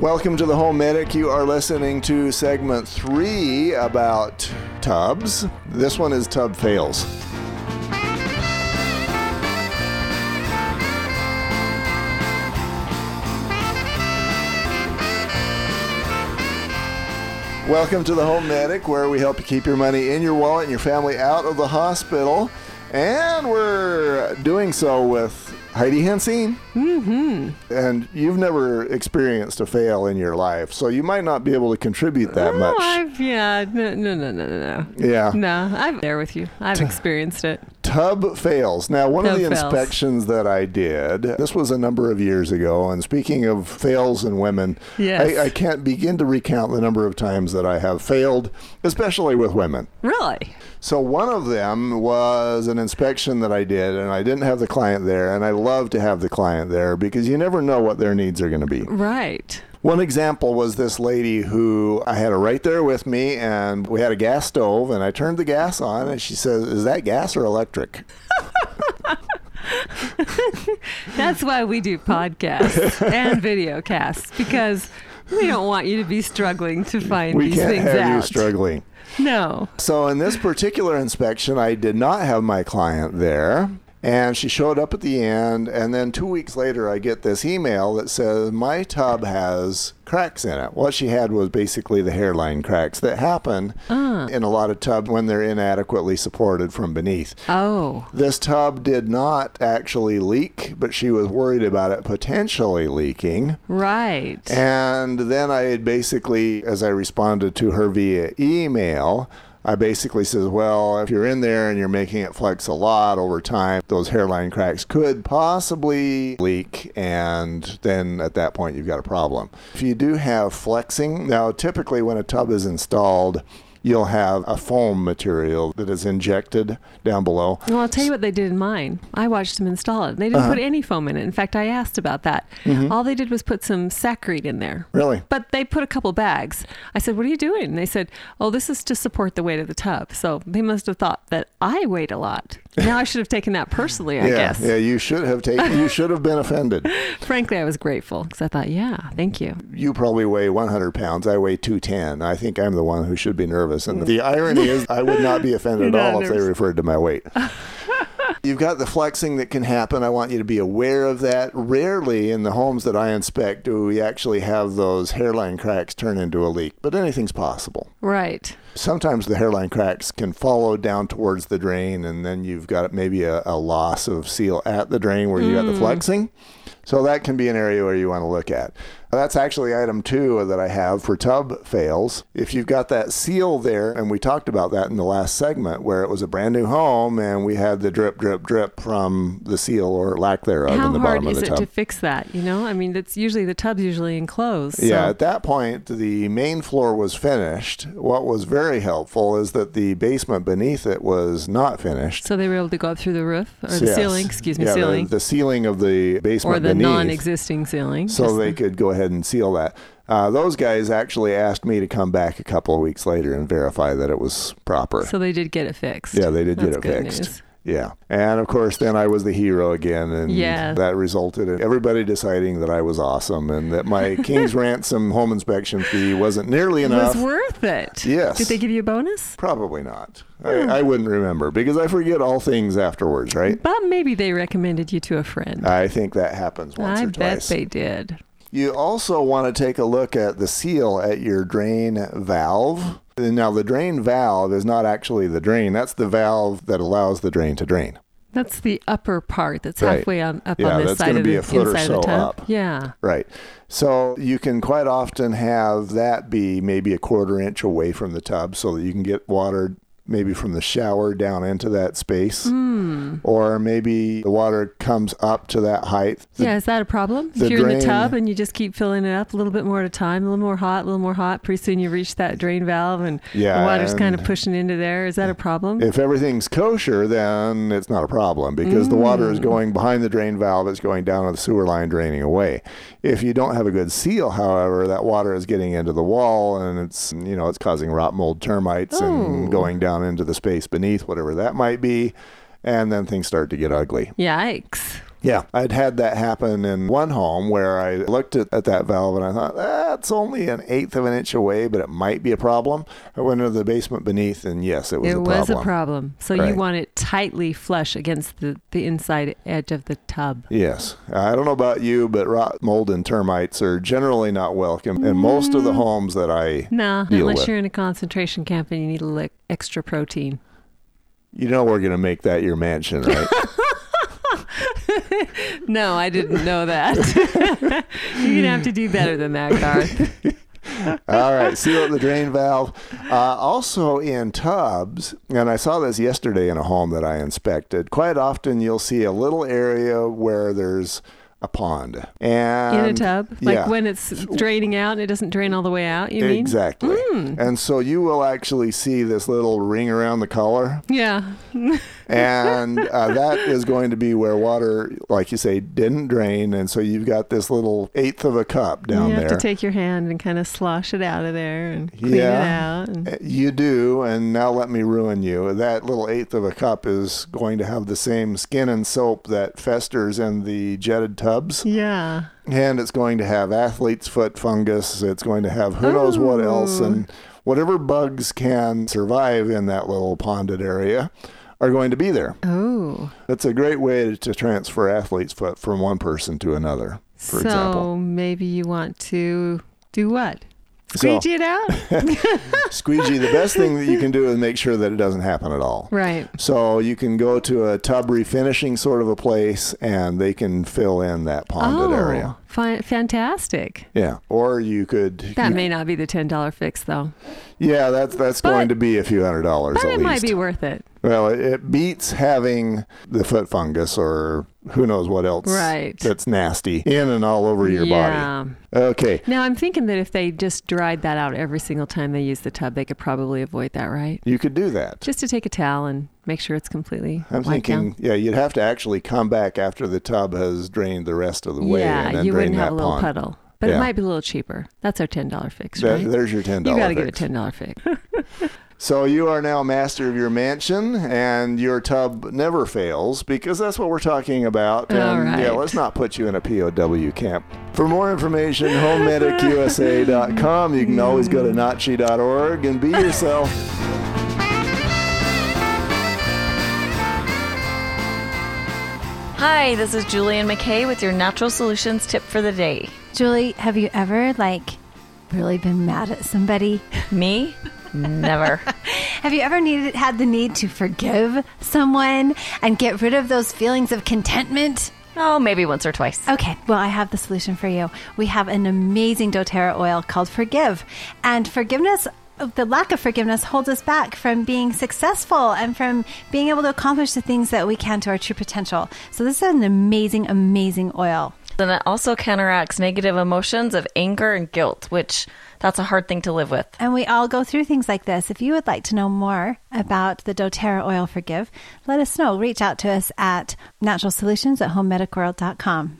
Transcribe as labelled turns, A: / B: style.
A: Welcome to the Home Medic. You are listening to segment three about tubs. This one is tub fails. Welcome to the Home Medic, where we help you keep your money in your wallet and your family out of the hospital. And we're doing so with Heidi Hansen. Mm-hmm. And you've never experienced a fail in your life, so you might not be able to contribute that
B: No,
A: much.
B: I've yeah, no, no, no, no, no, no.
A: Yeah.
B: No, I'm there with you. I've experienced it.
A: Tub fails. Now, one of
B: Tub
A: the
B: fails.
A: inspections that I did, this was a number of years ago. And speaking of fails in women,
B: Yes.
A: I, I can't begin to recount the number of times that I have failed, especially with women.
B: Really?
A: So one of them was an inspection that I did, and I didn't have the client there, and I love to have the client there because you never know what their needs are going to be.
B: Right.
A: One example was this lady who I had her right there with me, and we had a gas stove, and I turned the gas on, and she says, "Is that gas or electric?"
B: That's why we do podcasts and video casts because we don't want you to be struggling to find
A: We
B: these
A: can't
B: things
A: have
B: out.
A: you struggling.
B: No.
A: So in this particular inspection, I did not have my client there. And she showed up at the end, and then two weeks later, I get this email that says, My tub has cracks in it. What she had was basically the hairline cracks that happen
B: Ah.
A: in a lot of tubs when they're inadequately supported from beneath.
B: Oh.
A: This tub did not actually leak, but she was worried about it potentially leaking.
B: Right.
A: And then I had basically, as I responded to her via email, I basically says, well, if you're in there and you're making it flex a lot over time, those hairline cracks could possibly leak. And then at that point, you've got a problem. If you do have flexing, now typically when a tub is installed, you'll have a foam material that is injected down below.
B: Well, I'll tell you what they did in mine. I watched them install it. They didn't
A: Uh-huh.
B: put any foam in it. In fact, I asked about that.
A: Mm-hmm.
B: All they did was put some saccharine in there.
A: Really?
B: But they put a couple bags. I said, What are you doing? And they said, Oh, this is to support the weight of the tub. So they must have thought that I weighed a lot. Now I should have taken that personally, I
A: yeah,
B: guess.
A: yeah, you should have taken. You should have been offended.
B: Frankly, I was grateful because I thought, Yeah, thank you.
A: you probably weigh 100 pounds. I weigh 210. I think I'm the one who should be nervous. And the irony is, I would not be offended
B: You're
A: at
B: not
A: all if they
B: nervous.
A: referred to my weight. You've got the flexing that can happen. I want you to be aware of that. Rarely in the homes that I inspect do we actually have those hairline cracks turn into a leak, but anything's possible.
B: Right.
A: Sometimes the hairline cracks can follow down towards the drain, and then you've got maybe a, a loss of seal at the drain where you got the
B: Mm.
A: flexing. So that can be an area where you want to look at. That's actually item two that I have for tub fails. If you've got that seal there, and we talked about that in the last segment where it was a brand new home and we had the drip, drip, drip from the seal or lack thereof in
B: How
A: the
B: hard
A: bottom of
B: is
A: the
B: it
A: tub.
B: to fix that? You know, I mean, that's usually the tub's usually enclosed. So.
A: Yeah, at that point, the main floor was finished. What was very helpful is that the basement beneath it was not finished.
B: So they were able to go up through the roof or the
A: Yes.
B: ceiling, excuse me,
A: Yeah, the-
B: ceiling.
A: The, ceiling of the basement
B: or the
A: beneath.
B: non-existing ceiling.
A: so
B: Just-
A: they could go ahead and seal that. Uh, those guys actually asked me to come back a couple of weeks later and verify that it was proper.
B: so they did get it fixed.
A: yeah, they did
B: That's
A: get it
B: good
A: fixed.
B: news.
A: Yeah. And of course, then I was the hero again. And
B: Yeah.
A: that resulted in everybody deciding that I was awesome and that my King's Ransom home inspection fee wasn't nearly
B: It was
A: enough.
B: worth it.
A: Yes.
B: Did they Hmm. give you a bonus?
A: Probably not. I, I wouldn't remember because I forget all things afterwards, right?
B: But maybe they recommended you to a friend.
A: I think that happens Uh, once
B: I
A: or
B: bet
A: twice.
B: they did.
A: You also want to take a look at the seal at your drain valve. Now, the drain valve is not actually the drain, that's the valve that allows the drain to drain.
B: That's the upper part that's
A: Right.
B: halfway on, up
A: Yeah,
B: on this
A: that's
B: side
A: gonna
B: of
A: be
B: the
A: a foot or
B: inside
A: so
B: of the tub.
A: up.
B: Yeah.
A: Right. So you can quite often have that be maybe a quarter inch away from the tub so that you can get water maybe from the shower down into that space. Or maybe the water comes up to that height. The
B: yeah, is that a problem?
A: the
B: If you're in the
A: drain-
B: tub and you just keep filling it up a little bit more at a time, a little more hot, a little more hot, pretty soon you reach that drain valve and
A: Yeah,
B: the water's kind of
A: and-
B: pushing into there. Is that a problem?
A: If everything's kosher, then it's not a problem because the water is going behind the drain valve, it's going down to the sewer line, draining away. If you don't have a good seal, however, that water is getting into the wall and it's, you know, it's causing rot, mold, termites and going down into the space beneath, whatever that might be. And then things start to get ugly.
B: Yikes.
A: Yeah, I'd had that happen in one home where I looked at, at that valve and I thought, that's only an eighth of an inch away, but it might be a problem. I went into the basement beneath and yes, it was,
B: it
A: a,
B: was
A: problem.
B: a problem. So you
A: Right.
B: want it tightly flush against the, the inside edge of the tub.
A: Yes. I don't know about you, but rot, mold, and termites are generally not welcome in most of the
B: Mm.
A: homes that I.
B: No,
A: Deal
B: unless
A: with.
B: you're in a concentration camp and you need a little extra protein.
A: You know, we're going to make that your mansion, right?
B: No, I didn't know that. you're gonna have to do better than that, Garth.
A: All right, seal up the drain valve. Uh, also in tubs, and I saw this yesterday in a home that I inspected. Quite often, you'll see a little area where there's a pond and
B: In a tub, like
A: Um, yeah.
B: when it's draining out and it doesn't drain all the way out. You mean? Mm.
A: Exactly. And so you will actually see this little ring around the collar.
B: Yeah.
A: And uh, that is going to be where water, like you say, didn't drain. And so you've got this little eighth of a cup down
B: you
A: there.
B: have to take your hand and kind of slosh it out of there and clean
A: Yeah.
B: it out. And,
A: Uh, You do, and now let me ruin you. That little eighth of a cup is going to have the same skin and soap that festers in the jetted tubs,
B: yeah.
A: and it's going to have athlete's foot fungus. It's going to have who knows
B: Oh.
A: what else, and whatever bugs can survive in that little ponded area are going to be there.
B: Oh.
A: That's a great way to, to transfer athlete's foot from one person to another, for
B: so
A: example.
B: maybe you want to do what?
A: So-
B: Squeegee it out?
A: Squeegee, the best thing that you can do is make sure that it doesn't happen at all.
B: right.
A: So you can go to a tub refinishing sort of a place and they can fill in that
B: Oh.
A: ponded area.
B: Fi- fantastic.
A: Yeah. Or you could
B: That may not be the $10 fix, though.
A: Yeah, that's that's
B: But-
A: going to be a few hundred dollars
B: But
A: at
B: it
A: least.
B: might be worth it.
A: Well, it, it beats having the foot fungus or who knows what else
B: Right.
A: that's nasty in and all over your
B: yeah.
A: body. Okay.
B: Now, I'm thinking that if they just dried that out every single time they use the tub, they could probably avoid that, right?
A: You could do that.
B: Just to take a towel and make sure it's completely
A: I'm
B: wiped
A: thinking,
B: down.
A: yeah, you'd have to actually come back after the tub has drained the rest of the way and
B: yeah,
A: then
B: you
A: drain
B: wouldn't
A: that
B: have a little
A: pond.
B: puddle. But
A: Yeah.
B: it might be a little cheaper. That's our $10 fix,
A: That-
B: right?
A: There's your ten
B: you
A: dollars.
B: got to give a $10 fix.
A: So you are now master of your mansion, and your tub never fails because that's what we're talking about.
B: All
A: and yeah,
B: right.
A: let's not put you in a POW camp. For more information, homemedicusa.com. You can always go to notchi.org and be yourself.
C: Hi, this is Julian McKay with your Natural Solutions tip for the day.
D: Julie, have you ever like really been mad at somebody?
C: Me? Never.
D: Have you ever needed had the need to forgive someone and get rid of those feelings of contentment?
C: Oh, maybe once or twice.
D: Okay, well, I have the solution for you. We have an amazing doTERRA oil called Forgive. And forgiveness, the lack of forgiveness holds us back from being successful and from being able to accomplish the things that we can to our true potential. So, this is an amazing, amazing oil.
C: Then it also counteracts negative emotions of anger and guilt, which that's a hard thing to live with.
D: And we all go through things like this. If you would like to know more about the doTERRA oil Forgive, let us know. Reach out to us at naturalsolutions at homemedicworld.com.